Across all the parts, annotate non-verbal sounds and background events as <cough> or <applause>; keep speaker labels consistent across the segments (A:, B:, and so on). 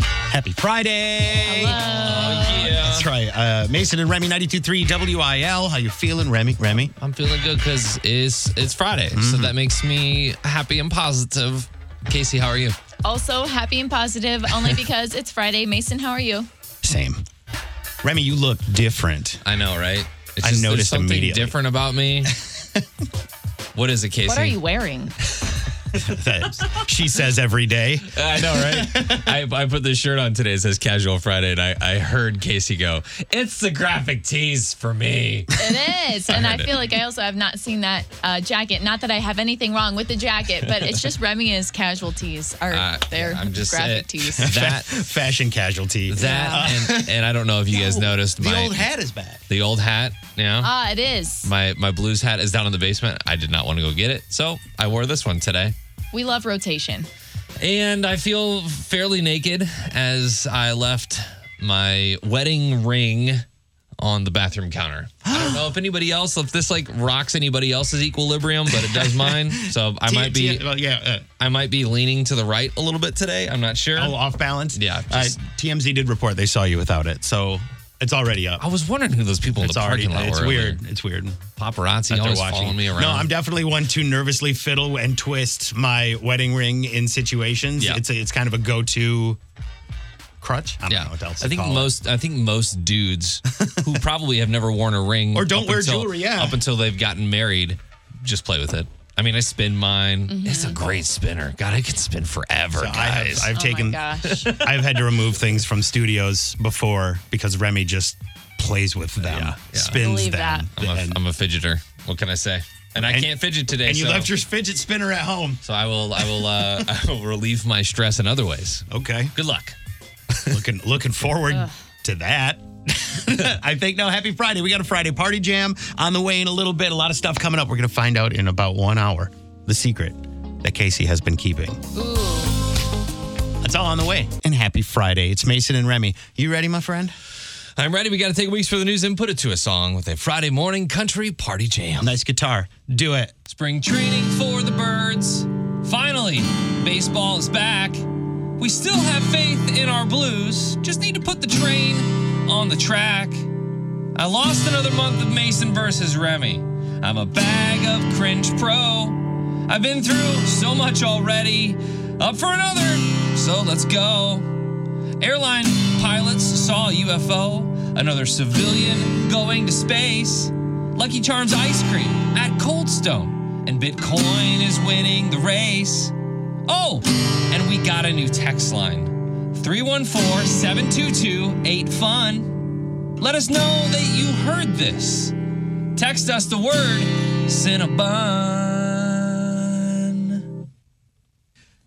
A: Happy Friday. That's right. Uh, Mason and Remy, 92.3 WIL. How you feeling, Remy? Remy?
B: I'm feeling good because it's it's Friday, so that makes me happy and positive. Casey, how are you?
C: Also, happy and positive
B: <laughs>
C: only because it's Friday. Mason, how are you?
A: Same. Remy, you look different. <laughs>
B: I know, right? It's
A: I
B: there's
A: noticed
B: something
A: immediately.
B: different about <laughs> me. what is it, Casey?
C: What are you wearing?
A: That she says every day.
B: <laughs> I know, right? I, I put this shirt on today. It says Casual Friday, and I, I heard Casey go, "It's the graphic tees for
C: <laughs>
B: me."
C: It is. and I
B: heard it.
C: feel like I also have not seen that uh, jacket. Not that I have anything wrong with the jacket, but it's
B: <laughs>
C: just Remy and his casualties are
B: Uh,
C: their
B: I'm just
C: graphic
B: saying.
C: tees.
B: <laughs> That-
A: fashion casualty.
B: That and, and I don't know if
C: <laughs>
B: you guys noticed
D: The
B: my
D: old hat is back.
B: the old hat. Yeah,
C: Ah, it is.
B: my my blues hat is down in the basement. I did not want to go get it, so I wore this one today.
C: We love rotation. Oh
B: And I feel fairly naked as I left my wedding ring on the bathroom counter. I don't
A: <gasps>
B: know if anybody else, if this like rocks anybody else's equilibrium, but it
A: <laughs>
B: does mine. So I might be,
A: well, oh, yeah.
B: I might be leaning to the right a little bit today. I'm not sure.
A: Uh, oh, off balance?
B: Yeah, just-
A: uh, TMZ did report they saw you without it. So it's already up.
B: I was wondering who those people in
A: It's
B: the
A: already,
B: parking lot
A: it's
B: were. earlier.
A: weird. It's weird.
B: Paparazzi
A: that they're
B: always following me around.
A: No, I'm definitely one to nervously fiddle and twist my wedding ring in situations.
B: Yeah.
A: It's a, it's kind of a go-to crutch. I don't
B: Yeah,
A: know what else.
B: I
A: to
B: think
A: call it.
B: most. I think most dudes who
A: <laughs>
B: probably have never worn a ring
A: Or don't
B: up
A: wear
B: until-
A: jewelry, yeah.
B: up until they've gotten married, just play with it. I mean, I spin mine. It's a great spinner. God, I could spin forever,
A: Mm-hmm. So I have
B: guys.
A: I've
C: Oh my
A: taken
B: <laughs>
C: gosh.
A: <laughs> I've had to remove things from studios before because Remy just plays with them,
B: Yeah, yeah.
A: spins
C: Believe
A: them.
B: I'm, a,
A: and,
B: I'm a fidgeter. What can I say? And I
A: And-
B: can't fidget today.
A: and you
B: so,
A: left your fidget spinner at home.
B: so I will. I will. Uh, <laughs> I will relieve my stress in other ways.
A: Okay,
B: Good luck.
A: looking looking forward to that. <laughs> I think no. Happy Friday! We got a Friday party jam on the way in a little bit. A lot of stuff coming up. We're gonna find out in about one hour the secret that Casey has been keeping.
C: Ooh.
A: That's all on the way. And happy Friday! It's Mason and Remy. You ready, my friend?
B: I'm ready. We got to take weeks for the news and put it to a song with a Friday morning country party jam.
A: Nice guitar. Do it.
B: Spring training for the birds. Finally, baseball is back. We still have faith in our blues, just need to put the train on the track. I lost another month of Mason versus Remy. I'm a bag of cringe pro. I've been through so much already. Up for another, so let's go. Airline pilots saw a UFO, another civilian going to space. Lucky Charms ice cream at Coldstone, and Bitcoin is winning the race. Oh, and we got a new text line 314 722 8FUN. Let us know that you heard this. Text us the word Cinnabon.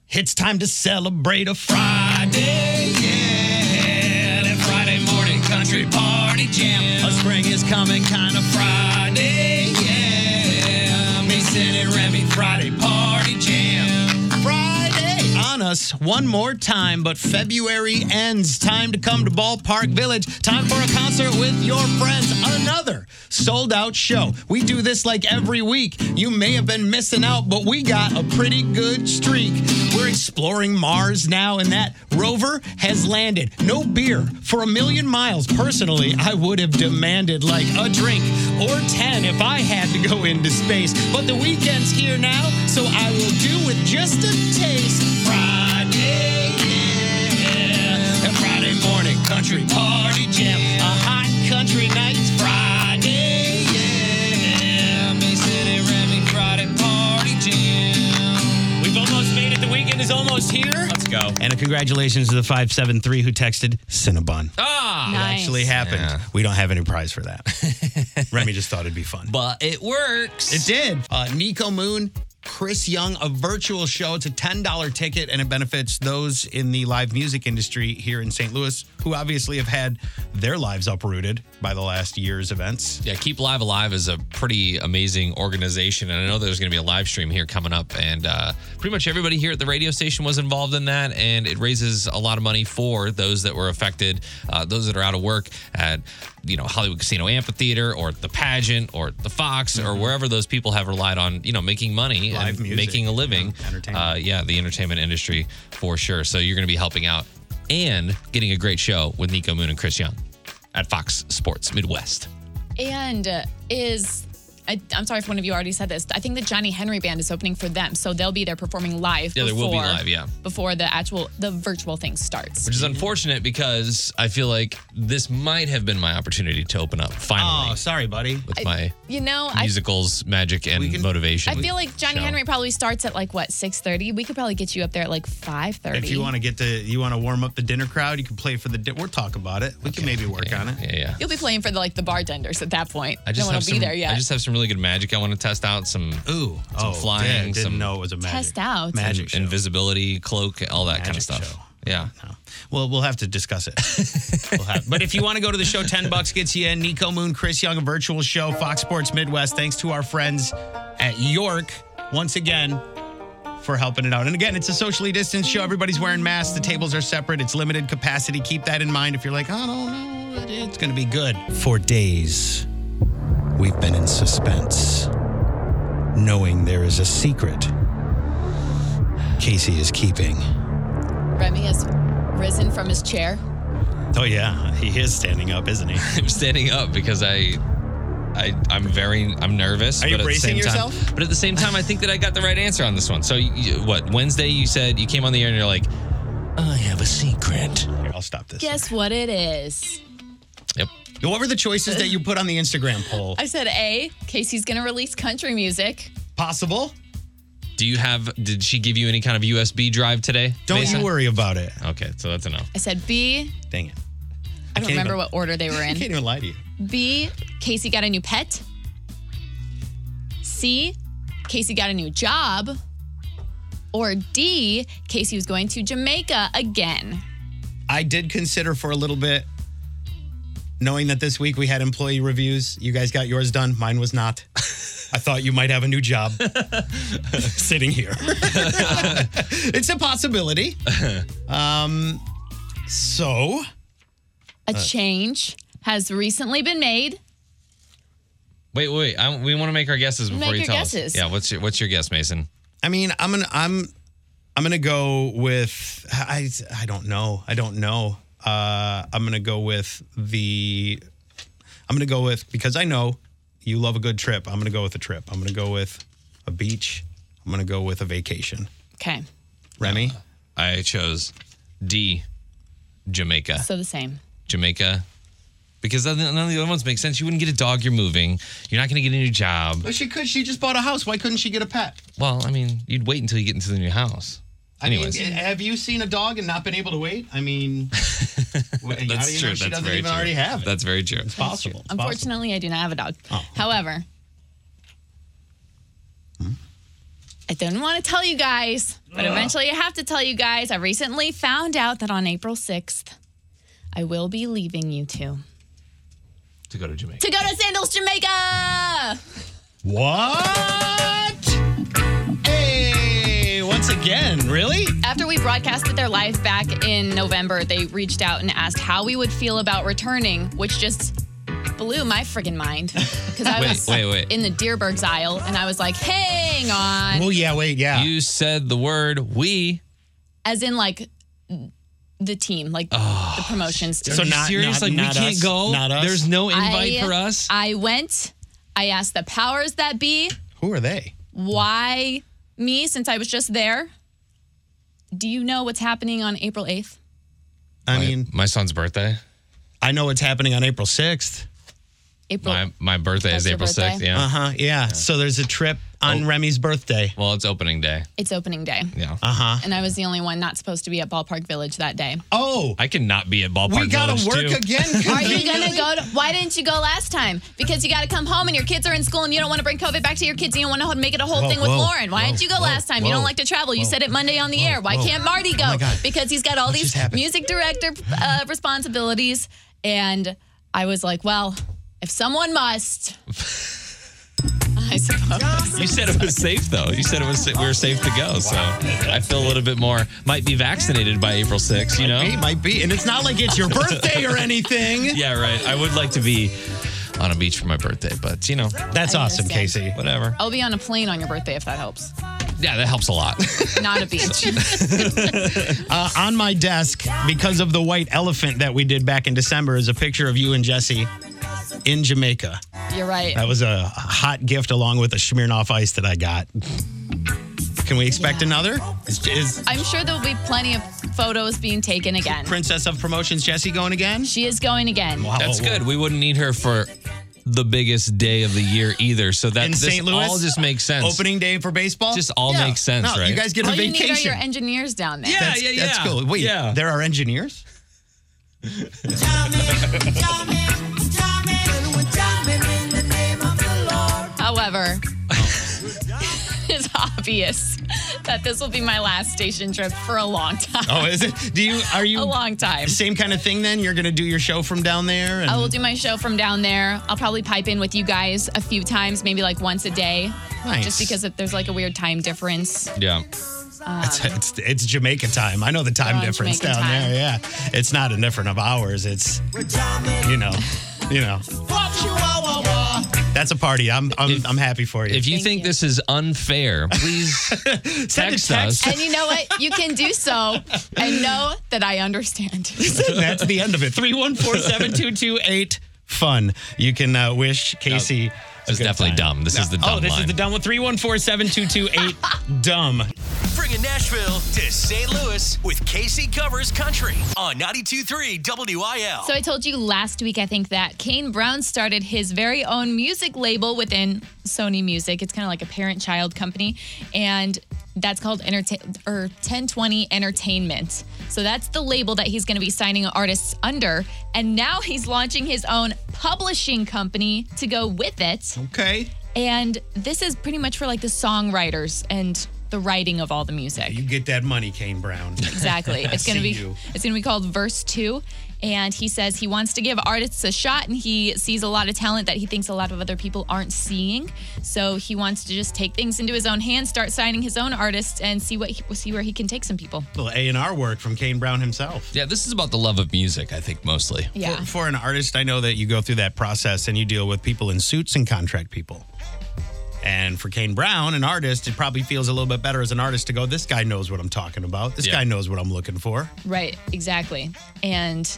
A: It's time to celebrate a Friday.
B: yeah, that Friday morning country party jam.
A: A spring is coming, kind of Friday.
B: yeah, Mason and Remy Friday party jam.
A: Friday on us one more time, but February ends. Time to come to Ballpark Village. Time for a concert with your friends. Another sold out show. We do this like every week. You may have been missing out, but we got a pretty good streak. We're exploring Mars now, and that rover has landed. No beer for a million miles. Personally, I would have demanded like a drink or 10 if I had to go into space. But the weekend's here now, so I will do with just a taste. Friday, yeah. And Friday morning, country party jam. A hot country night, Friday, yeah.
B: Mason and Remy Friday party jam.
A: We've almost made it. The weekend is almost here.
B: Let's go.
A: And a congratulations to the 573 who texted Cinnabon.
B: Ah,
C: Nice.
A: Actually happened.
B: Yeah.
A: We don't have any prize for that. Remy just thought it'd be fun.
B: but it works.
A: It did. Uh, Nico Moon, Chris Young, a virtual show. It's a $10 ticket and it benefits those in the live music industry here in St. Louis who obviously have had their lives uprooted by the last year's events.
B: Yeah, Keep Live Alive is a pretty amazing organization, and I know there's going to be a live stream here coming up, and uh, pretty much everybody here at the radio station was involved in that, and it raises a lot of money for those that were affected, uh, those that are out of work at you know Hollywood Casino Amphitheater or the pageant or the Fox or wherever those people have relied on you know making money
A: Mm-hmm. Live
B: and
A: music,
B: making a living,
A: yeah, entertainment.
B: Uh, yeah, the entertainment industry for sure. So you're going to be helping out and getting a great show with Nico Moon and Chris Young at Fox Sports Midwest.
C: And uh, is, I, I'm sorry if one of you already said this. I think the Johnny Henry Band is opening for them, so they'll be there performing live.
B: Yeah, they
C: before,
B: will be live, yeah.
C: before the actual the virtual thing starts.
B: Which is unfortunate because I feel like this might have been my opportunity to open up finally
A: Oh, sorry, buddy.
B: with my
C: You know, I
B: musicals, magic, and
A: can-
B: motivation.
C: I feel like Johnny
B: show.
C: Henry probably starts at like what 6:30. We could probably get you up there at like 5:30.
A: If you want to get the, you want to warm up the dinner crowd, you can play for the. Di- we'll talk about it. We can maybe work on it.
B: Yeah, yeah.
C: you'll be playing for the, like the bartenders at that point.
B: I just
C: no one
B: have
C: will
B: some,
C: be there yet.
B: I just have some really good magic I want to test out. Some
A: Ooh, oh,
B: flying,
A: yeah, didn't
B: some-
A: know it was a magic
C: Test out.
A: magic show.
B: invisibility cloak, all that kind
A: Magic
B: of stuff.
A: show.
B: Yeah. <laughs>
A: No. Well, we'll have to discuss it. We'll have- but if you want to go to the show, 10 bucks gets you in. Nico Moon, Chris Young, a virtual show, Fox Sports Midwest. Thanks to our friends at York once again for helping it out. And again, it's a socially distanced show. Everybody's wearing masks. The tables are separate. It's limited capacity. Keep that in mind if you're like, I don't know, it's going to be good. For days, we've been in suspense, knowing there is a secret Casey is keeping.
C: Remy has risen from his chair.
A: Oh yeah, he is standing up, isn't he?
B: I'm standing up because I, I, I'm very, I'm nervous.
A: Are you
B: but at the
A: bracing
B: same time-
A: yourself?
B: but at the same time, I think that I got the right answer on this one. So, you- you, what Wednesday you said you came on the air and you're like, I have a secret.
A: Here, I'll stop this.
C: Guess what it is?
B: Yep.
A: What were the choices that you put on the Instagram poll?
C: I said A, Casey's going to release country music.
A: Possible?
B: Do you have? Did she give you any kind of USB drive today?
A: Don't
B: Mesa?
A: you worry about it.
B: Okay, so that's enough.
C: I said B,
A: Dang it.
C: I
A: can't
C: don't remember
A: even-
C: what order
A: <laughs>
C: they were
A: I can't
C: in.
A: even lie to you.
C: B, Casey got a new pet. C, Casey got a new job. Or D, Casey was going to Jamaica again.
A: I did consider for a little bit, knowing that this week we had employee reviews. You guys got yours done. Mine was not. I thought you might have a new job sitting here. <laughs> it's a possibility. Um, so
C: A change has recently been made.
B: Wait, wait. wait. I, we want to make our guesses before
C: Make
B: you
C: your
B: tell us.
C: guesses.
B: Yeah. What's your What's your guess, Mason?
A: I mean, I'm gonna I'm I'm gonna go with I I don't know. I don't know. Uh I'm gonna go with the I'm gonna go with because I know you love a good trip. I'm gonna go with a trip. I'm gonna go with a beach. I'm gonna go with a vacation.
C: Okay,
A: Remy?
B: I chose D, Jamaica.
C: so the same.
B: Jamaica. Because none none of the other ones make sense. You wouldn't get a dog. You're moving. You're not going to get a new job.
A: But she could. She just bought a house. Why couldn't she get a pet?
B: Well, I mean, you'd wait until you get into the new house. Anyways,
A: I mean, have you seen a dog and not been able to wait? I
B: <laughs>
A: mean,
B: that's true. That's
A: she doesn't
B: very
A: even
B: true.
A: already have it.
B: That's very true.
A: possible. Oh. It's possible.
C: Unfortunately, I do not have a dog. However, I didn't want to tell you guys, but eventually I have to tell you guys. I recently found out that on April 6th, I will be leaving you two
B: To go to Jamaica.
C: to go to Sandals, Jamaica.
A: What? Hey, once again, really?
C: After we broadcasted their live back in November, they reached out and asked how we would feel about returning, which just blew my
B: <laughs>
C: friggin' mind. Because I
B: Wait,
C: was
B: wait, wait.
C: in the Deerbergs aisle and I was like, hang on.
A: Well, yeah, wait, yeah.
B: You said the word we.
C: as in like the team, like the promotions team.
A: So
B: Are you
A: not-
B: serious?
A: not-
B: like
A: not
B: we can't
A: us.
B: go.
A: Not us.
B: There's no invite
C: I-
B: for us.
C: I went. I asked the powers that be
A: Who are they?
C: why me since I was just there. Do you know what's happening on April 8th?
A: I
B: My-
A: mean,
B: my son's birthday.
A: I know what's happening on April 6th.
C: April.
B: My my birthday
C: That's
B: is
C: your
B: April
C: birthday?
B: sixth. Yeah.
A: Oh. Uh huh. Yeah. Oh. So there's a trip on Remy's birthday.
B: Well, it's opening day.
C: It's opening day.
B: Yeah.
A: Uh huh.
C: And I was the only one not supposed to be at Ballpark Village that day.
A: Oh,
B: I cannot be at ballpark.
A: we gotta
B: Village,
A: work
B: too.
A: again. <laughs>
C: Are you gonna go to, why didn't you go last time? Because you gotta come home and your kids are in school and you don't wanna bring COVID back to your kids. You don't wanna make it a whole
A: Whoa,
C: thing with
A: whoa,
C: Lauren. Why
A: whoa,
C: didn't you go
A: whoa,
C: last time? You
A: whoa,
C: don't like to travel. You said it Monday on the air. Why
A: whoa. Oh
C: can't Marty go?
A: God.
C: because he's got all
A: just
C: these
A: happened?
C: music director uh, responsibilities. And I was like, well, if someone must, I suppose.
B: You said it was safe though. You said it was we were safe to go. So I feel a little bit more. Might be vaccinated by April 6th. You
A: It
B: know.
A: might be. And it's not like it's <laughs> your birthday or anything.
B: Yeah. Right. I would like to be on a beach for my birthday, but you know,
A: That's
C: I
A: awesome,
C: understand.
A: Casey.
B: whatever.
C: I'll be on a plane on your birthday if that helps.
B: Yeah, that helps a lot. <laughs>
C: Not a beach.
A: Uh, on my desk, because of the white elephant that we did back in December, is a picture of you and Jesse in Jamaica.
C: You're right.
A: That was a hot gift along with a Smirnoff ice that I got. Can we expect
C: Yeah.
A: another? Is, is
C: I'm sure there'll be plenty of photos being taken again.
A: Princess of Promotions Jesse going again?
C: She is going again.
A: Wow.
B: That's good. We wouldn't need her for the biggest day of the year either. So that
A: In
B: this
A: St. Louis?
B: all just makes sense.
A: Opening day for baseball?
B: Just all makes sense,
A: no, You
B: right?
A: guys get a
C: All Oh, you need are
A: vacation.
C: your engineers down there.
B: Yeah.
A: that's, that's cool. Wait,
B: Yeah.
A: there are engineers? <laughs>
C: However, <laughs> it's obvious that this will be my last station trip for a long time. <laughs>
A: Oh, is it? Do you are you
C: A long time.
A: same kind of thing then? You're gonna do your show from down there and
C: I will do my show from down there. I'll probably pipe in with you guys a few times, maybe like once a day.
A: Nice.
C: Just because if there's like a weird time difference.
B: Yeah.
A: It's, it's it's Jamaica time. I know the time
C: We're on
A: difference
C: Oh, Jamaican
A: down
C: time.
A: there. Yeah, it's not a different of hours. It's you know, you know. That's a party. I'm I'm, I'm happy for you.
B: If you
C: Thank
B: think
C: you.
B: this is unfair,
A: <laughs>
B: please
A: Send a
B: text
A: text.
B: us.
C: And you know what? You can do so and know that I understand.
A: <laughs> that's the end of it. Three one four seven two two eight. Fun. You can uh, wish Casey. a
B: This is
A: good
B: definitely
A: time.
B: dumb. This is the dumb
A: Oh, this
B: line.
A: is the dumb one. Three one four seven two two
B: <laughs>
A: eight. Dumb.
D: Bringing Nashville to St. Louis with KC Covers Country on 92.3 WIL.
C: So I told you last week, I think that Kane Brown started his very own music label within Sony Music. It's kind of like a parent-child company, and that's called Entertain or 1020 Entertainment. So that's the label that he's going to be signing artists under, and now he's launching his own publishing company to go with it.
A: Okay.
C: And this is pretty much for like the songwriters and the writing of all the music.
A: You get that money, Kane Brown. <laughs>
C: Exactly. It's gonna
A: see
C: be
A: you.
C: it's gonna be called Verse Two. And he says he wants to give artists a shot and he sees a lot of talent that he thinks a lot of other people aren't seeing. So he wants to just take things into his own hands, start signing his own artists and see what he, see where he can take some people.
A: Little A and R work from Kane Brown himself.
B: yeah, this is about the love of music, I think, mostly.
C: Yeah.
A: For, for an artist, I know that you go through that process and you deal with people in suits and contract people. And for Kane Brown, an artist, it probably feels a little bit better as an artist to go, this guy knows what I'm talking about. This
B: Yeah.
A: guy knows what I'm looking for.
C: Right, exactly. And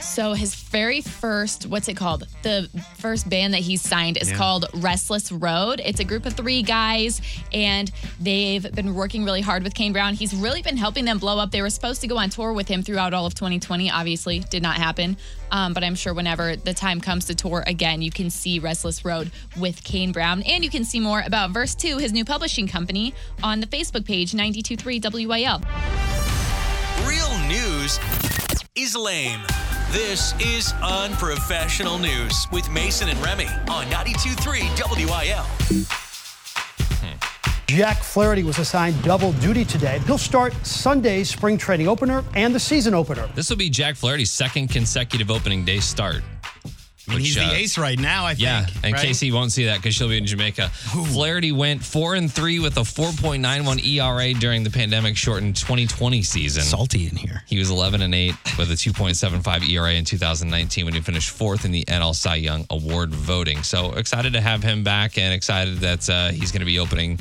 C: so his very first, what's it called? The first band that he signed is
A: Yeah.
C: called Restless Road. It's a group of three guys, and they've been working really hard with Kane Brown. He's really been helping them blow up. They were supposed to go on tour with him throughout all of 2020. Obviously, did not happen. Um, but I'm sure whenever the time comes to tour again, you can see Restless Road with Kane Brown, and you can see more about Verse Two, his new publishing company, on the Facebook page 923 WIL.
D: Real news is lame. This is Unprofessional News with Mason and Remy on 92.3 WIL.
E: Jack Flaherty was assigned double duty today. He'll start Sunday's spring training opener and the season opener.
B: This will be Jack Flaherty's second consecutive opening day start.
A: I mean, he's
B: Which,
A: the
B: uh,
A: ace right now, I think.
B: Yeah, and
A: right?
B: Casey won't see that because she'll be in Jamaica. Flaherty went four and three with a 4.91 ERA E during the pandemic-shortened 2020 season.
A: Salty in here.
B: He was 11 and 8 with E a 2.75 ERA in 2019 when he finished fourth in the NL Cy Young Award voting. So excited to have him back and excited that uh, he's going to be opening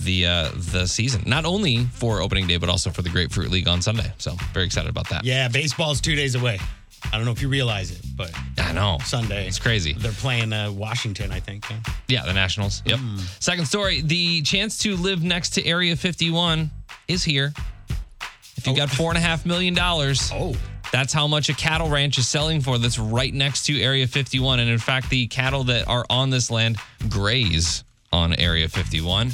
B: the uh, the season, not only for opening day but also for the Grapefruit League on Sunday. So very excited about that.
A: Yeah, baseball's two days away. I don't know if you realize it, but
B: I know.
A: Sunday.
B: It's crazy.
A: They're playing uh, Washington, I think. yeah.
B: Yeah, the Nationals. Yep.
A: Mm.
B: Second story: the chance to live next to Area 51 is here. If you got four and a half million dollars,
A: Oh.
B: that's how much a cattle ranch is selling for. That's right next to Area 51, and in fact, the cattle that are on this land graze on Area 51.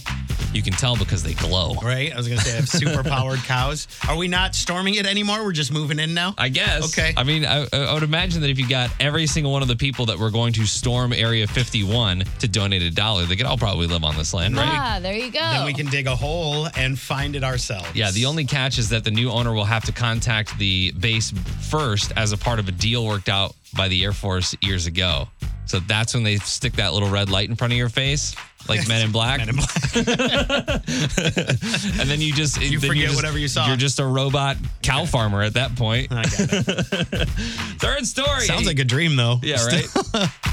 B: You can tell because they glow.
A: Right? I was going to say, I have super
B: <laughs>
A: powered cows. Are we not storming it anymore? We're just moving in now?
B: I guess.
A: Okay.
B: I mean, I, I would imagine that if you got every single one of the people that were going to storm Area 51 to donate a dollar, they could all probably live on this land, right?
C: Ah, there you go.
A: Then we can dig a hole and find it ourselves.
B: Yeah,
A: <laughs>
B: the only catch is that the new owner will have to contact the base first as a part of a deal worked out by the Air Force years ago. So that's when they stick that little red light in front of your face, like Men in Black.
A: Men in Black.
B: And then you just you
A: forget whatever you saw.
B: You're just a robot cow farmer at
A: <laughs>
B: that point.
A: I
B: <laughs>
A: got it.
B: Third story.
A: Sounds like a dream, <laughs> though.
B: yeah, right.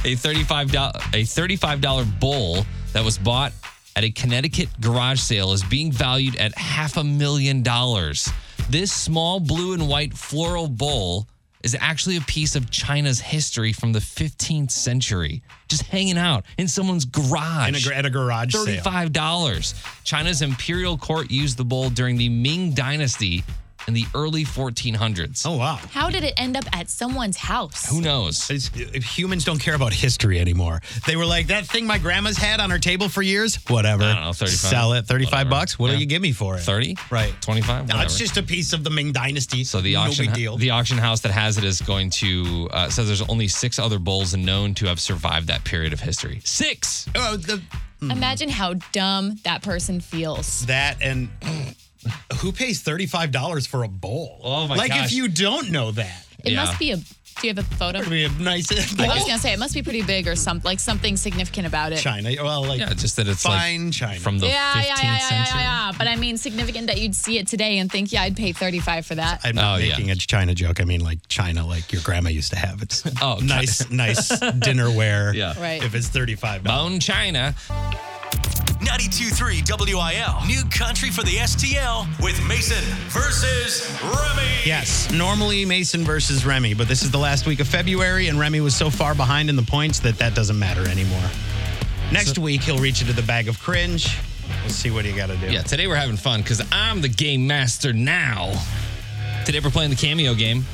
B: a thirty-five dollar a thirty-five dollar bull that was bought at a Connecticut garage sale is being valued at half a million dollars. This small blue and white floral bowl is actually a piece of China's history from the 15th century, just hanging out in someone's garage.
A: In a, gar- at a garage sale.
B: Thirty-five dollars. China's imperial court used the bowl during the Ming Dynasty in the early 1400s.
A: Oh, wow.
C: How did it end up at someone's house?
B: Who knows?
A: It's- if humans don't care about history anymore. They were like, that thing my grandma's had on her table for years, whatever.
B: I don't know, 35,
A: Sell it, 35
B: whatever.
A: bucks. What
B: Yeah.
A: do you give me for it?
B: Thirty?
A: Right.
B: Twenty-five?
A: No, it's
B: Whatever.
A: just a piece of the Ming Dynasty.
B: So the auction,
A: no big deal.
B: the auction house that has it is going to uh, says there's only six other bowls known to have survived that period of history. Six.
A: Oh, the-
C: Imagine how dumb that person feels.
A: that and <clears throat> who pays $35 for a bowl?
B: Oh, my
A: like
B: gosh.
A: if you don't know that,
C: It
B: Yeah.
C: must be a. Do you have a photo?
A: it'd be a nice <laughs>
C: I was gonna say it must be pretty big or something, like something significant about it.
A: China. Well, like
B: Yeah, just that it's
A: fine
B: like
A: China.
B: from the
C: Yeah,
B: 15th
C: yeah, yeah, yeah, yeah,
B: century.
C: yeah. But I mean, significant that you'd see it today and think, yeah, I'd pay thirty-five for that.
A: I'm not
B: Oh, yeah.
A: making a China joke. I mean, like China, like your grandma used to have. It's
B: Oh,
A: nice, nice dinnerware.
B: <laughs> Yeah.
C: Right.
A: If it's thirty-five dollars.
B: Bone China.
D: 923 WIL, new country for the STL with Mason versus Remy.
A: Yes, normally Mason versus Remy, but this is the last week of February, and Remy was so far behind in the points that that doesn't matter anymore. Next week, he'll reach into the bag of cringe. We'll see what he got to do.
B: Yeah, today we're having fun because I'm the game master now. Today we're playing the Cameo game.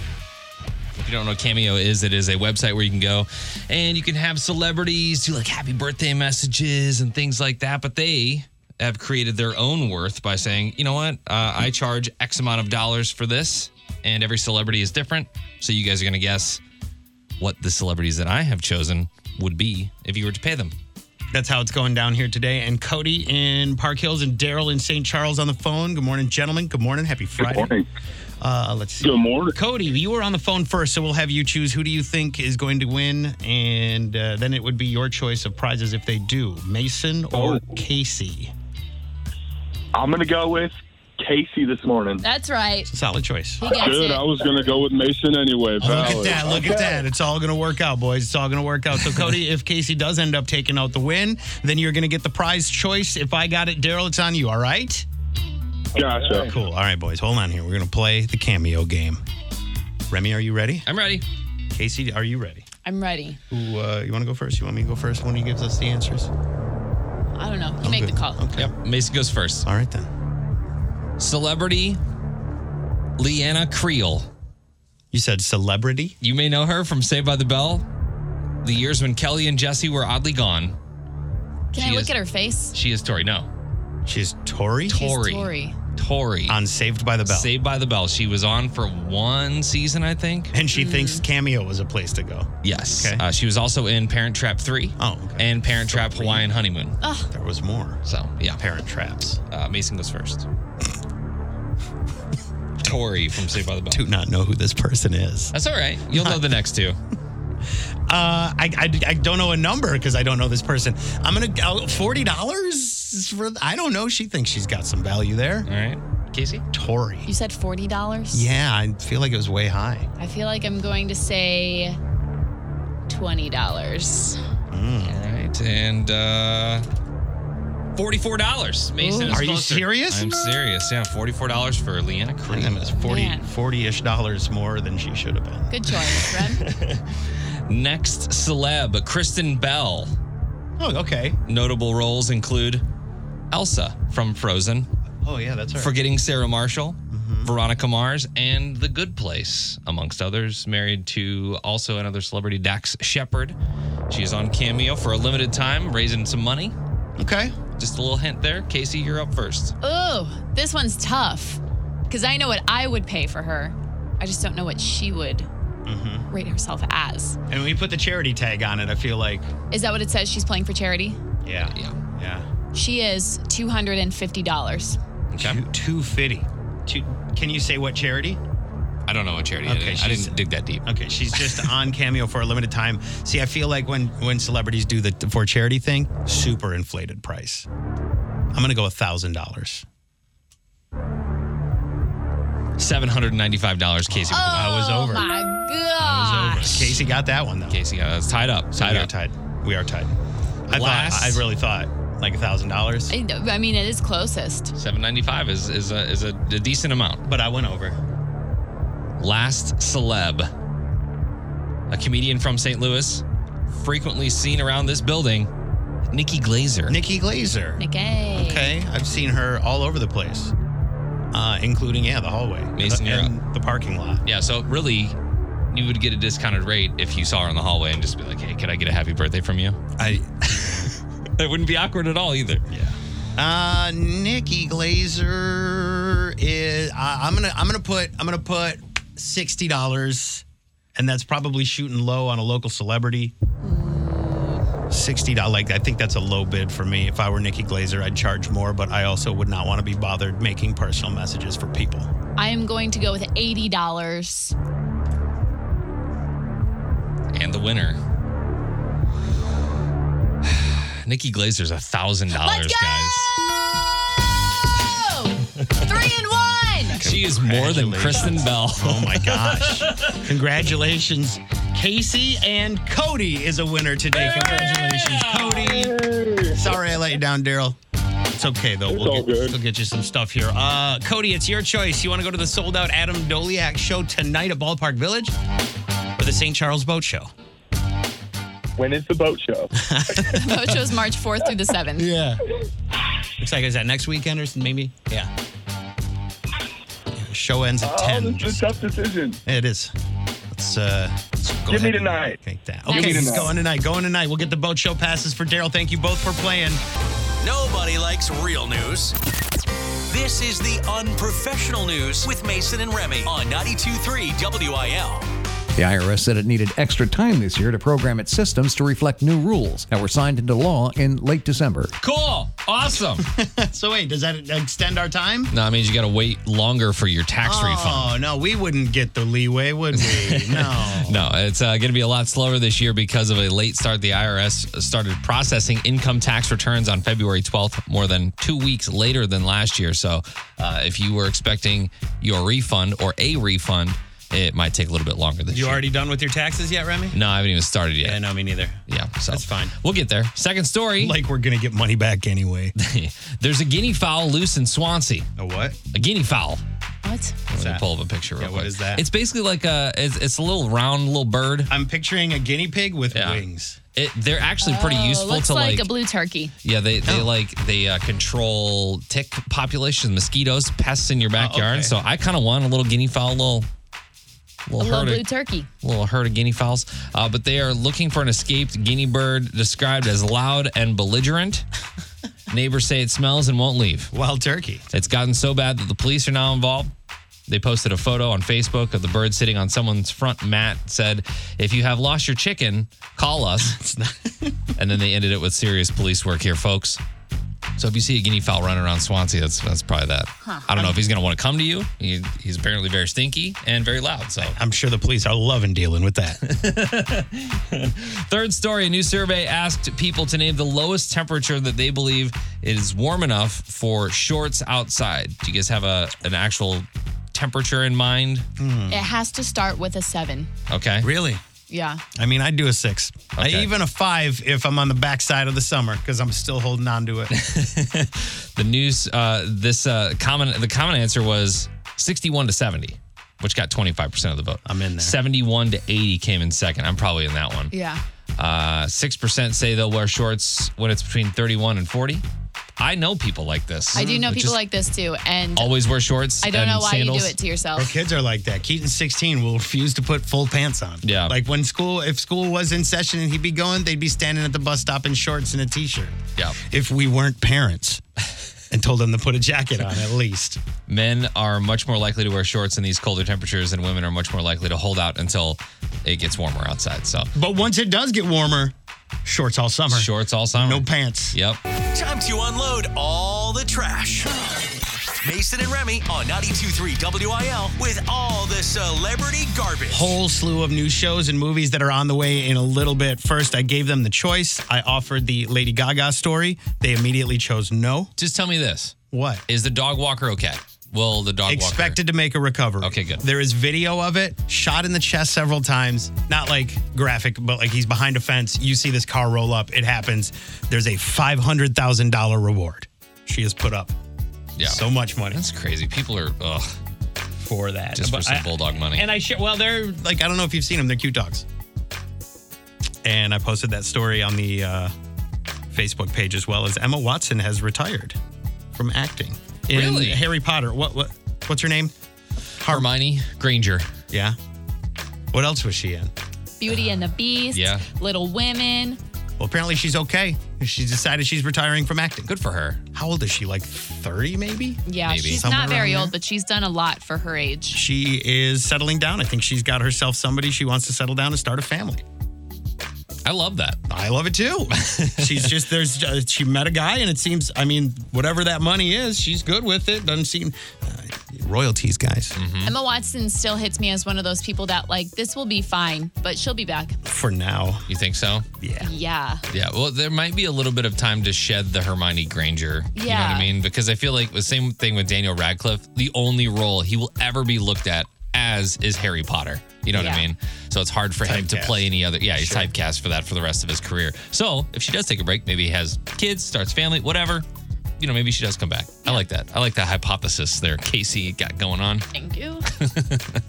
B: If you don't know what Cameo is, it is a website where you can go and you can have celebrities do like happy birthday messages and things like that, but they have created their own worth by saying, you know what, uh, I charge X amount of dollars for this, and every celebrity is different. So you guys are going to guess what the celebrities that I have chosen would be if you were to pay them.
A: That's how it's going down here today. And Cody in Park Hills and Daryl in St. Charles on the phone. Good morning, gentlemen. Good morning. Happy Friday.
F: morning.
A: Uh, let's see.
F: Good morning.
A: Cody, you were on the phone first, so we'll have you choose who do you think is going to win, and uh, then it would be your choice of prizes if they do, Mason or
F: Oh.
A: Casey.
F: I'm going to go with Casey this morning.
C: That's right.
A: Solid choice.
C: He gets
F: Good.
C: it.
F: I was going to go with Mason anyway.
A: Look at
F: valid.
A: that. Look at that. It's all going to work out, boys. It's all going to work out. <laughs> So, Cody, if Casey does end up taking out the win, then you're going to get the prize choice. If I got it, Daryl, it's on you. All right?
F: Gotcha.
A: Cool. All right, boys. Hold on here. We're going to play the cameo game. Remy, are you ready?
B: I'm ready.
A: Casey, are you ready?
C: I'm ready.
A: Who, uh, you want to go first? You want me to go first when he gives us the answers?
C: I don't know. You make the call.
A: Okay.
B: Yep, Mason goes first.
A: All right, then.
B: celebrity Leanna Creel.
A: You said celebrity?
B: You may know her from Saved by the Bell, the years when Kelly and Jesse were oddly gone.
C: Can I
B: She
C: look
B: is-
C: at her face?
B: She is Tori. No,
A: She's Tori
C: She's
B: Tori.
C: Tori.
B: Tori.
A: on Saved by the Bell.
B: Saved by the Bell. She was on for one season, I think.
A: And she thinks Cameo was a place to go.
B: Yes.
A: Okay.
B: Uh, she was also in Parent Trap 3
A: Oh, okay.
B: and Parent Trap Hawaiian Honeymoon.
A: There was more.
B: So, yeah.
A: Parent traps.
B: Uh, Mason goes first. <laughs> Tori from Saved by the Bell.
A: Do not know who this person is.
B: That's all right. You'll know the next two.
A: Uh, I, I, I don't know a number because I don't know this person. I'm gonna go forty dollars for. I don't know. She thinks she's got some value there.
B: All right. Casey?
A: Tori.
C: You said forty dollars.
A: Yeah, I feel like it was way high.
C: I feel like I'm going to say twenty dollars.
B: All right, and uh, forty-four dollars. Mason, is
A: Are you
B: closer.
A: serious?
B: I'm serious. Yeah, forty-four dollars for Leanna Cream.
A: Damn, it's 40
C: Man.
A: 40-ish dollars more than she should have been.
C: Good choice, Ren.
B: Next celeb, Kristen Bell.
A: Oh, okay.
B: Notable roles include Elsa from Frozen,
A: Oh yeah, that's her.
B: Forgetting Sarah Marshall,
A: Mm-hmm.
B: Veronica Mars, and The Good Place, amongst others. Married to also another celebrity, Dax Shepard. She is on Cameo for a limited time, raising some money.
A: okay.
B: Just a little hint there. Casey, you're up first.
C: Ooh, this one's tough. Because I know what I would pay for her. I just don't know what she would rate herself as.
A: And we put the charity tag on it. I feel like.
C: Is that what it says? She's playing for charity?
A: Yeah.
B: Yeah.
A: Yeah.
C: She is $250.
B: Okay.
A: Two, two fifty. Two, can you say what charity?
B: I don't know what charity
A: Okay,
B: it is. I
A: she's-
B: didn't dig that deep.
A: Okay, she's just on Cameo for a limited time. See, I feel like when when celebrities do the for charity thing, super inflated price. I'm gonna go a thousand dollars.
B: Seven hundred ninety-five dollars, Casey.
C: Oh.
A: I was over.
C: My
A: I
C: gosh.
A: was over. Casey got that one though.
B: Casey got it. It's uh, tied up.
A: we
B: Tied
A: are
B: up.
A: tied. We are tied. I
B: Last-
A: thought. I really thought Like a thousand dollars.
C: I I mean, it is closest.
B: 795 is is a is a, a decent amount.
A: But I went over.
B: Last celeb, a comedian from St. Louis, frequently seen around this building, Nikki Glazer.
A: Nikki Glazer.
C: Okay.
A: Okay, I've seen her all over the place, uh, including yeah the hallway,
B: Mason, you're
A: and the parking lot.
B: Yeah, so really, you would get a discounted rate if you saw her in the hallway and just be like, "Hey, could I get a happy birthday from you?"
A: I
B: That wouldn't be awkward at all either. Yeah.
A: Uh, Nikki Glazer is. I I'm gonna. I'm gonna put. I'm gonna put sixty dollars, and that's probably shooting low on a local celebrity. Sixty dollars. Like I think that's a low bid for me. If I were Nikki Glazer, I'd charge more, but I also would not want to be bothered making personal messages for people.
C: I am going to go with eighty dollars.
B: And the winner, <sighs> Nikki Glazer's a thousand
C: Let's
B: dollars,
C: go!
B: guys.
C: Three and one.
B: <laughs> She is more than Kristen <laughs> Bell.
A: Oh my gosh! Congratulations, Casey and Cody is a winner today. Congratulations, Cody. Sorry I let you down, Daryl. It's okay though. we'll
F: all
A: get,
F: good.
A: still get you some stuff here. Uh, Cody, it's your choice. You want to go to the sold out Adam Doliak show tonight at Ballpark Village, or the St. Charles Boat Show?
F: When is the boat
A: <laughs>
F: show?
C: Vote shows March fourth through the seventh.
A: Yeah. Looks like is that next weekend or something, maybe? Yeah. Yeah, Show ends at
F: Oh,
A: ten.
F: this is a tough decision.
A: It is. Let's uh let's go
F: Give me
A: ahead and
F: tonight.
A: Make that.
C: Give
A: Okay,
C: me
F: tonight.
A: going tonight. Going tonight. We'll get the boat show passes for Daryl. Thank you both for playing. <laughs>
D: Nobody likes real news. This is the unprofessional news with Mason and Remy on 92.3 WIL.
G: The IRS said it needed extra time this year to program its systems to reflect new rules that were signed into law in late December.
B: Cool.
A: <laughs>
B: Awesome.
A: So wait, does that extend our time?
B: no, it means you got to wait longer for your tax refund.
A: Oh no, we wouldn't get the leeway, would we? <laughs> No.
B: No, it's uh, going to be a lot slower this year because of a late start. The IRS started processing income tax returns on February 12th, more than two weeks later than last year. So uh, if you were expecting your refund or a refund, it might take a little bit longer this
A: You
B: year.
A: already done with your taxes yet, Remy?
B: no, I haven't even started yet.
A: Yeah, no, me neither.
B: Yeah, so
A: That's fine.
B: We'll get there. Second story.
A: <laughs> Like we're gonna get money back anyway.
B: <laughs> There's a guinea fowl loose in Swansea.
A: <laughs> A what?
B: A guinea fowl.
C: What?
B: Let me
A: that?
B: pull up a picture. Real
A: Yeah, what
B: quick.
A: is that?
B: It's basically like a. It's, it's a little round little bird.
A: I'm picturing a guinea pig with
B: Yeah.
A: wings.
B: It, they're actually pretty
C: Oh,
B: useful
C: looks
B: to like.
C: like, a blue turkey.
B: yeah, they they
A: Oh.
B: like they uh, control tick populations, mosquitoes, pests in your backyard.
A: Oh, okay.
B: So I kind of want a little guinea fowl, little
C: A
B: little
C: little
B: herd
C: blue
B: of,
C: turkey.
B: little herd of guinea fowls. Uh, but they are looking for an escaped guinea bird described as loud and
A: <laughs>
B: belligerent. Neighbors say it smells and won't leave.
A: Wild turkey.
B: It's gotten so bad that the police are now involved. They posted a photo on Facebook of the bird sitting on someone's front mat. Said, "If you have lost your chicken, call us." and then they ended it with serious police work here, folks. So if you see a guinea fowl running around Swansea, that's that's probably that. I don't know if he's gonna want to come to you. He, he's apparently very stinky and very loud. So
A: I'm sure the police are loving dealing with that. <laughs>
B: Third story, a new survey asked people to name the lowest temperature that they believe is warm enough for shorts outside. Do you guys have a an actual temperature in mind?
C: It has to start with a seven.
B: Okay.
A: Hmm. really?
C: Yeah.
A: I mean, I'd do a six. I-
B: Okay.
A: even a five if I'm on the backside of the summer because I'm still holding on to it.
B: The news uh this uh common the common answer was 61 to 70, which got 25% of the vote.
A: I'm in there.
B: 71 to 80 came in second. I'm probably in that one.
C: Yeah.
B: Uh 6% say they'll wear shorts when it's between 31 and 40. I know people like this.
C: I do know
B: Which
C: people
B: is
C: like this too, and
B: Hmm. always wear shorts.
C: I don't
B: and
C: know why
B: sandals.
C: you do it to yourself.
A: Our kids are like that. Keaton 16 will refuse to put full pants on.
B: Yeah.
A: Like when school, if school was in session and he'd be going, they'd be standing at the bus stop in shorts and a t shirt.
B: Yeah.
A: If we weren't parents and told them to put a jacket on at least.
B: Men are much more likely to wear shorts in these colder temperatures, and women are much more likely to hold out until it gets warmer outside. So
A: But once it does get warmer, shorts all summer.
B: shorts all summer.
A: No pants.
B: Yep.
D: Time to unload all the trash. Mason and Remy on 92.3 WIL with all the celebrity garbage.
A: whole slew of new shows and movies that are on the way in a little bit. First, I gave them the choice. I offered the Lady Gaga story. They immediately chose no.
B: Just tell me this:
A: What?
B: Is the dog walker okay? will the dog
A: expected to make a recovery.
B: Okay, good.
A: There is video of it, shot in the chest several times. Not like graphic, but like he's behind a fence. You see this car roll up. It happens. There's a five hundred thousand dollar reward. She has put up
B: walker. Yeah.
A: so much money
B: That's crazy. People are ugh.
A: for that.
B: Just for
A: But
B: some
A: I-
B: bulldog money.
A: And I share. Well, they're like I don't know if you've seen them. They're cute dogs. And I posted that story on the uh, Facebook page as well as Emma Watson has retired from acting in
B: Really?
A: Harry Potter. What what what's her name?
B: Hermione Granger.
A: Yeah. What else was she in?
C: Beauty and the Beast,
B: yeah.
C: Little Women.
A: Well, apparently she's okay. She decided she's retiring from acting.
B: Good for her.
A: How old is she? Like 30 maybe?
C: Yeah,
B: Maybe.
C: she's
A: Somewhere
C: not very
A: around
C: old,
A: there.
C: but she's done a lot for her age.
A: She is settling down. I think she's got herself somebody she wants to settle down and start a family.
B: I love that.
A: I love it too. she's just there's uh, she met a guy and it seems I mean whatever that money is, she's good with it. Doesn't seem uh, royalties, guys.
C: Emma Watson still hits me as one of those people that like this will be fine, but she'll be back.
A: For now,
B: You think so?
A: yeah.
C: Yeah.
B: Yeah. Well, there might be a little bit of time to shed the Hermione Granger. You know what I
C: Yeah.
B: mean? Because I feel like the same thing with Daniel Radcliffe. The only role he will ever be looked at as is Harry Potter. You know what I
C: Yeah.
B: mean? So it's hard for him to
A: Typecast.
B: play any other. Yeah, he's typecast for that for the rest of his career. So if she does take a break, maybe he has kids, starts family, whatever. You know, maybe she does come back. I like that. I like that hypothesis there, Casey got going on.
C: Thank you.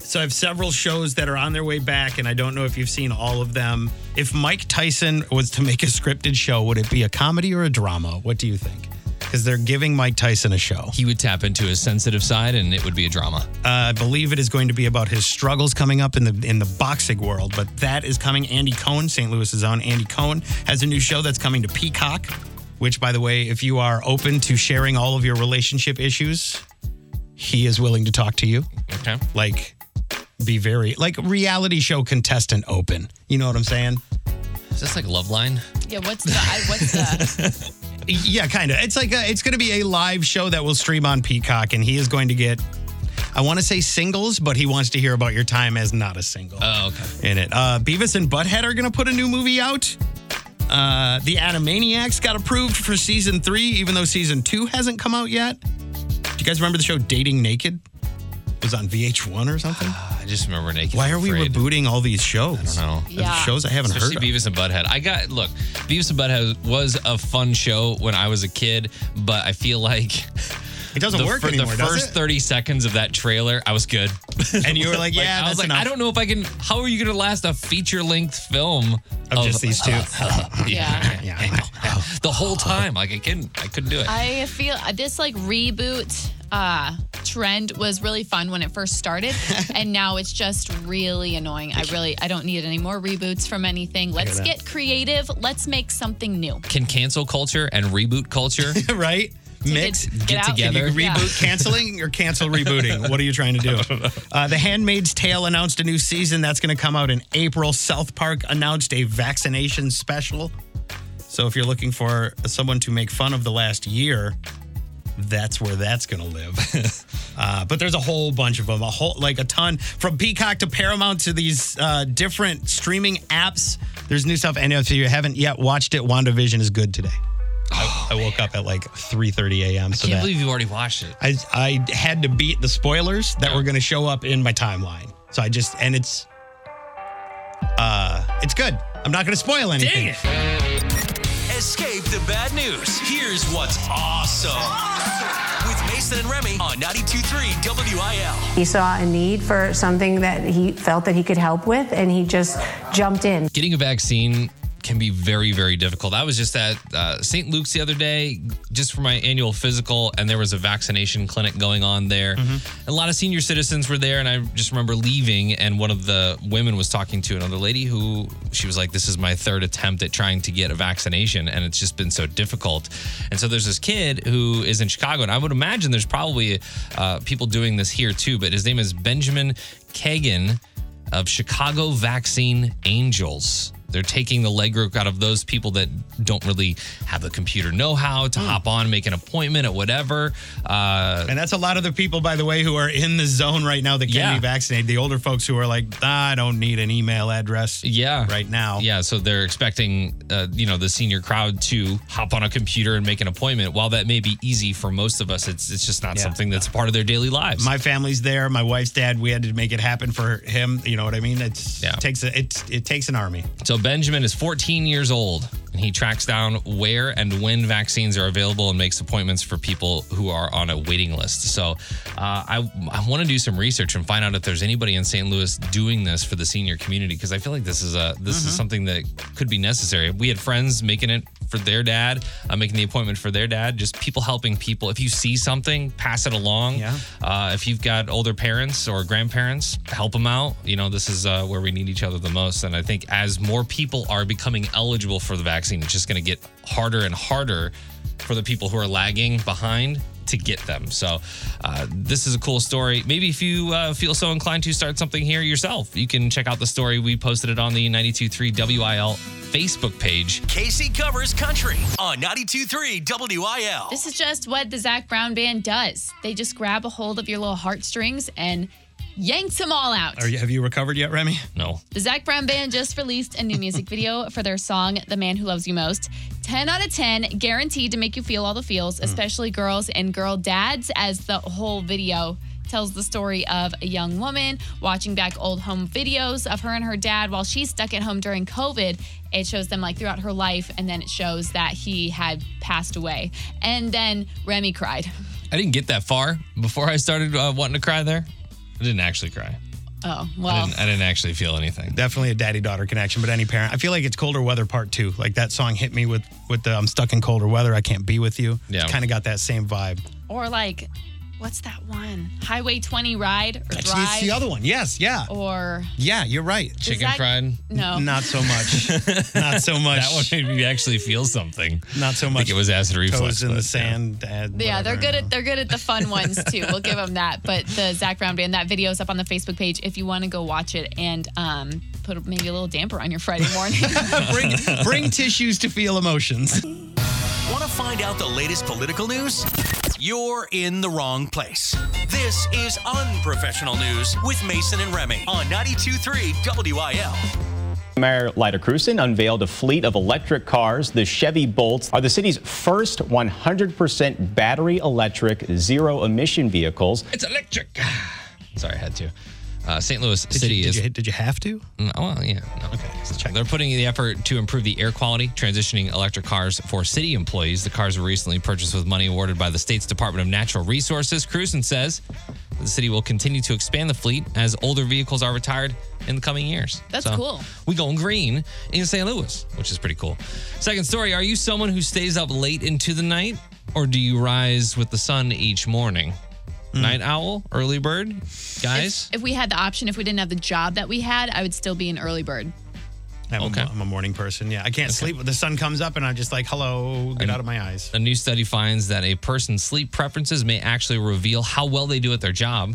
A: So I have several shows that are on their way back, and I don't know if you've seen all of them. If Mike Tyson was to make a scripted show, would it be a comedy or a drama? What do you think? Because they're giving Mike Tyson a show.
B: He would tap into his sensitive side, and it would be a drama.
A: Uh, I believe it is going to be about his struggles coming up in the in the boxing world, but that is coming. Andy Cohen, St. Louis's own Andy Cohen, has a new show that's coming to Peacock. Which, by the way, if you are open to sharing all of your relationship issues, he is willing to talk to you.
B: Okay.
A: like be very like reality show contestant open. You know what I'm saying?
B: Is this like Love Line?
C: Yeah, what's the I, what's the
A: Yeah, kind of. It's like a, it's going to be a live show that will stream on Peacock, and he is going to get. I want to say singles, but he wants to hear about your time as not a single
B: Oh, okay.
A: in it. Uh, Beavis and Butthead are going to put a new movie out. Uh, the Animaniacs got approved for season three, even though season two hasn't come out yet. Do you guys remember the show Dating Naked? It was on VH1 or something.
B: I just remember naked.
A: Why
B: and
A: are we
B: Ah, Afraid.
A: rebooting all these shows? I
B: don't know.
C: Yeah.
A: Shows I haven't heard
B: Especially
A: of.
B: Beavis and Butthead. I got look, Beavis and Butthead was a fun show when I was a kid, but I feel like
A: It doesn't
B: the,
A: work
B: fir- the
A: anymore, does
B: first
A: it?
B: 30 seconds of that trailer, I was good.
A: <laughs> And you were like, yeah,
B: I
A: that's
B: was like,
A: enough.
B: I don't know if I can. How are you going to last a feature length film
A: Of just these two. <laughs>
C: Yeah.
A: yeah.
B: <laughs> the whole time? Like I couldn't, I couldn't do it.
C: I feel uh, this like reboot uh trend was really fun when it
A: <laughs>
C: first started and now it's just really annoying. I really I don't need any more reboots from anything. Let's
A: that.
C: get creative. Let's make something new.
B: Can cancel culture and
A: <laughs>
B: reboot culture?
A: right? Mix.
C: Get,
B: get
C: out.
B: together.
A: You
B: Together.
C: Yeah.
A: reboot
B: <laughs>
A: canceling or cancel rebooting? What are you trying to do? Uh, the Handmaid's Tale announced a new season that's going to come out in April. South Park announced a vaccination special. So if you're looking for someone to make fun of the last year, that's where that's going to live. <laughs> uh, but there's a whole bunch of them, a whole like a ton from Peacock to Paramount to these uh, different streaming apps. There's new stuff. And if you haven't yet watched it, WandaVision is good today. I, I woke up at like 3:30 a.m. So
B: Can't
A: that,
B: believe you already watched it.
A: I I had to beat the spoilers that were going to show up in my timeline. So I just and it's uh it's good. I'm not going to spoil anything.
D: Escape the bad news. Here's what's awesome. With Mason and Remy on 92.3 WIL.
H: He saw a need for something that he felt that he could help with, and he just jumped in.
B: getting a vaccine can be very very difficult i was just at uh, st luke's the other day just for my annual physical and there was a vaccination clinic going on there a lot of senior citizens were there and i just remember leaving and one of the women was talking to another lady who she was like this is my third attempt at trying to get a vaccination and it's just been so difficult and so there's this kid who is in chicago and i would imagine there's probably uh, people doing this here too but his name is benjamin kagan of Chicago Vaccine Angels. They're taking the legwork out of those people that don't really have the computer know-how
A: Hmm.
B: to hop on, make an appointment at whatever. Uh,
A: And that's a lot of the people, by the way, who are in the zone right now that can
B: Yeah.
A: be vaccinated. The older folks who are like, "Ah, I don't need an email address
B: yeah,
A: right now.
B: Yeah, so they're expecting, uh, you know, the senior crowd to hop on a computer and make an appointment. While that may be easy for most of us, it's it's just not
A: Yeah.
B: something that's part of their daily lives.
A: My family's there. My wife's dad. We had to make it happen for him. You know what I mean? It's
B: Yeah.
A: takes a, it's it takes an army.
B: So Benjamin is 14 years old and he tracks down where and when vaccines are available and makes appointments for people who are on a waiting list. So uh, I, I want to do some research and find out if there's anybody in St. Louis doing this for the senior community because I feel like this is a this is something that could be necessary. We had friends making it for their dad, uh, making the appointment for their dad. Just people helping people. If you see something, pass it along.
A: Yeah.
B: Uh, if you've got older parents or grandparents, help them out. You know, this is uh, where we need each other the most. And I think as more people are becoming eligible for the vaccine, it's just going to get harder and harder for the people who are lagging behind to get them. So uh, this is a cool story. Maybe if you uh, feel so inclined to start something here yourself, you can check out the story. We posted it on the 92.3 WIL Facebook page.
D: Casey covers country on 92.3 WIL.
C: This is just what the Zach Brown band does. They just grab a hold of your little heartstrings and yanks them all out.
A: Are you, have you recovered yet, Remy?
B: No.
C: The Zach Brown Band just released a
A: <laughs>
C: new music video for their song, The Man Who Loves You Most. 10 out of 10, guaranteed to make you feel all the feels,
A: Mm.
C: especially girls and girl dads, as the whole video tells the story of a young woman watching back old home videos of her and her dad while she's stuck at home during COVID. It shows them like throughout her life, and then it shows that he had passed away. And then Remy cried. <laughs>
B: I didn't get that far before I started uh, wanting to cry there. I didn't actually cry.
C: Oh,
B: I
C: well.
B: didn't, I didn't actually feel anything.
A: Definitely a daddy daughter connection, but any parent. I feel like it's colder weather part two. Like that song hit me with with the I'm stuck in colder weather. I can't be with you.
B: Yeah.
A: kind of got that same vibe.
C: Or like, what's that one? Highway 20 ride or
A: Actually, it's
C: drive?
A: the other one. Yes, yeah,
C: Oh. or
A: yeah. You're right.
C: Does
B: Chicken
C: that-
B: fried?
C: No.
A: Not so
B: <laughs>
A: much. Not so much.
B: That one made me actually feel something.
A: Not so
B: I
A: much.
B: think it was acid reflux.
A: Toes in
B: but,
A: the
B: yeah.
A: sand. and
C: yeah, they're
A: whatever.
C: good at they're good at the fun ones too. We'll give them that. But the Zach Brown band, that video is up on the Facebook page if you want to go watch it and um, put maybe a little damper on
A: <laughs>
C: your Friday morning. <laughs>
A: bring, bring tissues to feel
B: <laughs>
A: emotions.
D: Want to find out the latest political news? You're in the wrong place. This is Unprofessional News with Mason and Remy on 92.3 WIL.
I: Mayor Lyda Cruzan unveiled a fleet of electric cars. The Chevy Bolts are the city's first 100% battery electric, zero emission vehicles.
B: It's electric. <sighs> Sorry, I had to. Uh, St. Louis City
A: did,
B: is.
A: you, did you have to?
B: Mm, Well, yeah. No. Okay.
A: check.
B: They're putting in the effort to improve the air quality, transitioning electric cars for city employees. The cars were recently purchased with money awarded by the state's Department of Natural Resources. Cruzan says the city will continue to expand the fleet as older vehicles are retired in the coming years.
C: That's cool.
B: We going green in St. Louis, which is pretty cool. Second story: Are you someone who stays up late into the night, or do you rise with the sun each morning? Night owl, early bird, guys.
C: if we had the option, if we didn't have the job that we had, I would still be an early bird.
A: I'm,
B: Okay.
A: a, I'm a morning person. Yeah, I can't sleep. The sun comes up and I'm just like, hello, get out of my eyes.
B: A new study finds that a person's sleep preferences may actually reveal how well they do at their job.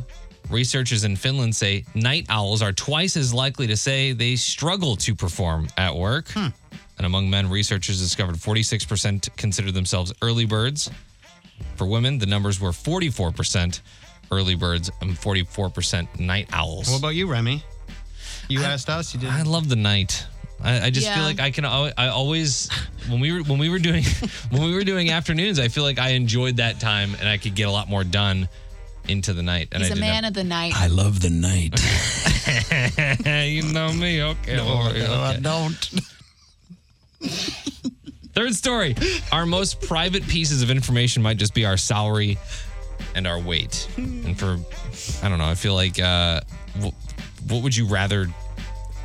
B: Researchers in Finland say night owls are twice as likely to say they struggle to perform at work.
A: Hmm.
B: And among men, researchers discovered 46% consider themselves early birds. For women, the numbers were 44% early birds and 44% night owls.
A: What about you, Remy? You asked us. You
B: I
A: didn't.
B: love the night. I, I just
C: Yeah.
B: feel like I can. al- I always when we were when we were doing <laughs> when we were doing afternoons. I feel like I enjoyed that time and I could get a lot more done into the night. And
C: He's
B: I
C: a
B: didn't
C: man
B: have-
C: of the night.
A: love the night.
B: you know me, okay. okay.
A: don't.
B: <laughs> Third story: Our most private pieces of information might just be our salary and our weight. And for I don't know, I feel like uh, wh- what would you rather?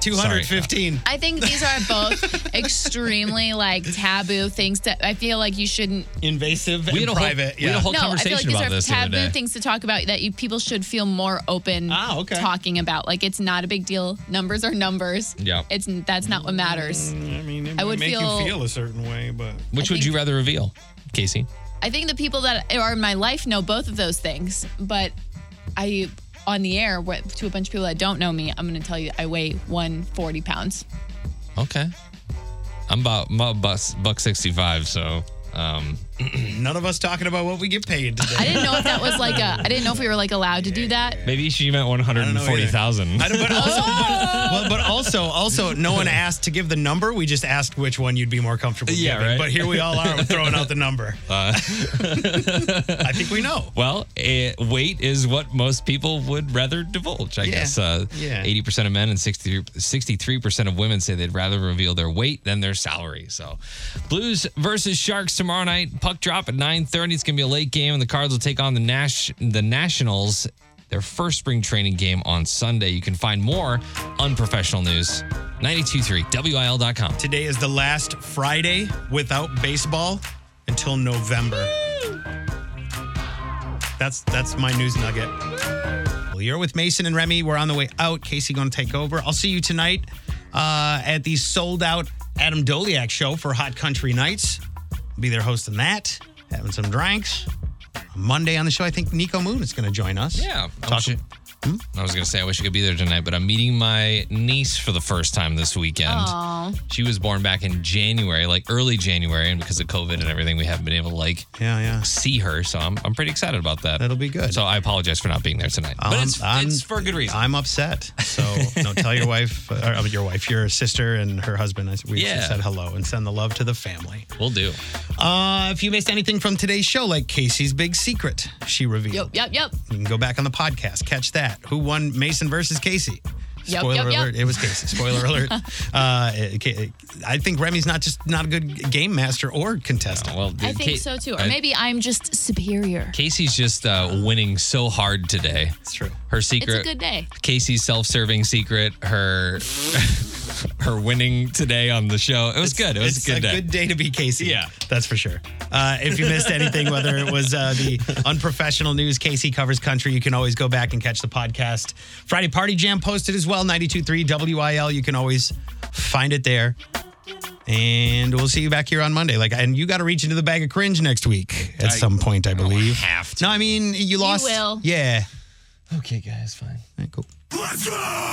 A: 215.
C: I think these are
B: <laughs>
C: both extremely like taboo things that I feel like you shouldn't
A: Invasive
B: We had
A: and
B: a whole-
A: private.
B: we had a whole- conversation
C: I feel like
B: about this
C: these
B: the
C: are
B: other
C: taboo
B: day.
C: things to talk about that you people should feel more open
A: Ah, okay.
C: talking about. Like it's not a big deal. Numbers are numbers.
B: Yeah.
C: It's that's not what matters.
A: I mean, it
C: I
A: might
C: would
A: make
C: feel-
A: you feel a certain way, but
B: Which
C: I
B: would
C: think-
B: you rather reveal, Casey?
C: I think the people that are in my life know both of those things, but I on the air what, to a bunch of people that don't know me, I'm going to tell you I weigh 140 pounds.
B: Okay. I'm about, I'm about bus- buck 65, so um,
A: None of us talking about what we get paid today.
C: I didn't know if that was like a. I didn't know if we were like allowed to do that.
B: maybe she meant
A: don't know either.
B: 140,000.
A: I don't- but also, but, well, but also, also, no <laughs> one asked to give the number. We just asked which one you'd be more comfortable.
B: Yeah,
A: giving.
B: right.
A: But here we all are we're throwing out the <laughs> number. I think we know.
B: Well, eh, weight is what most people would rather divulge, I
A: Yeah.
B: guess. Uh,
A: Yeah.
B: 80% of men and 60, 63% of women say they'd rather reveal their weight than their salary. So, Blues versus Sharks tomorrow night. Puck drop at 9.30. It's going to be a late game, and the Cards will take on the, Nash- the Nationals, their first spring training game on Sunday. You can find more unprofessional news, 92.3 WIL.com.
A: Today is the last Friday without baseball until November. That's that's my news nugget. Well, you're with Mason and Remy. We're on the way out. Casey going to take over. I'll see you tonight uh, at the sold out Adam Doliak show for Hot Country Nights. be there hosting that, having some drinks. Monday on the show, I think Nico Moon is going to join us.
B: Yeah. I
A: Talk, Hmm?
B: wish it- I was gonna say I wish I could be there tonight, but I'm meeting my niece for the first time this weekend.
C: Aw.
B: She was born back in January, like early January, and because of COVID and everything, we haven't been able to like
A: yeah, yeah.
B: see her. So I'm I'm pretty excited about that.
A: That'll be good.
B: So I apologize for not being there tonight, but
A: I'm-
B: it's,
A: I'm-
B: it's for a good reason.
A: I'm upset.
B: <laughs>
A: So no, tell your wife, or, uh, your wife, your sister, and her husband. I s- We
B: Yeah.
A: should said hello and send the love to the family.
B: we'll do.
A: Uh, if you missed anything from today's show, like Casey's big secret, she revealed.
C: Yep, yep, yep.
A: You can go back on the podcast, catch that. Who won Mason versus Casey?
C: Yep,
A: Spoiler
C: yep, yep.
A: alert! It was Casey. Spoiler alert! Uh, it- it- I think Remy's not just not a good game master or contestant.
B: Well,
C: I think
B: Kate-
C: so too. Or
B: I-
C: maybe I'm just superior.
B: Casey's just uh, winning so hard today.
A: That's true.
B: Her
C: It's
B: secret.
C: a good day.
B: Casey's self-serving secret. Her <laughs> her winning today on the show. It was good. It was
A: it's
B: a good day.
A: good day to be Casey.
B: Yeah.
A: that's for sure. Uh, if you missed anything, whether it was uh,
B: <laughs>
A: the unprofessional news Casey covers country, you can always go back and catch the podcast. Friday Party Jam posted as well, 92.3 WIL. You can always find it there. And we'll see you back here on Monday. Like, and you got to reach into the bag of cringe next week at some point, I believe.
B: have to.
A: No, I mean you lost.
C: will.
A: Yeah.
B: Okay, guys, fine.
A: All right, cool.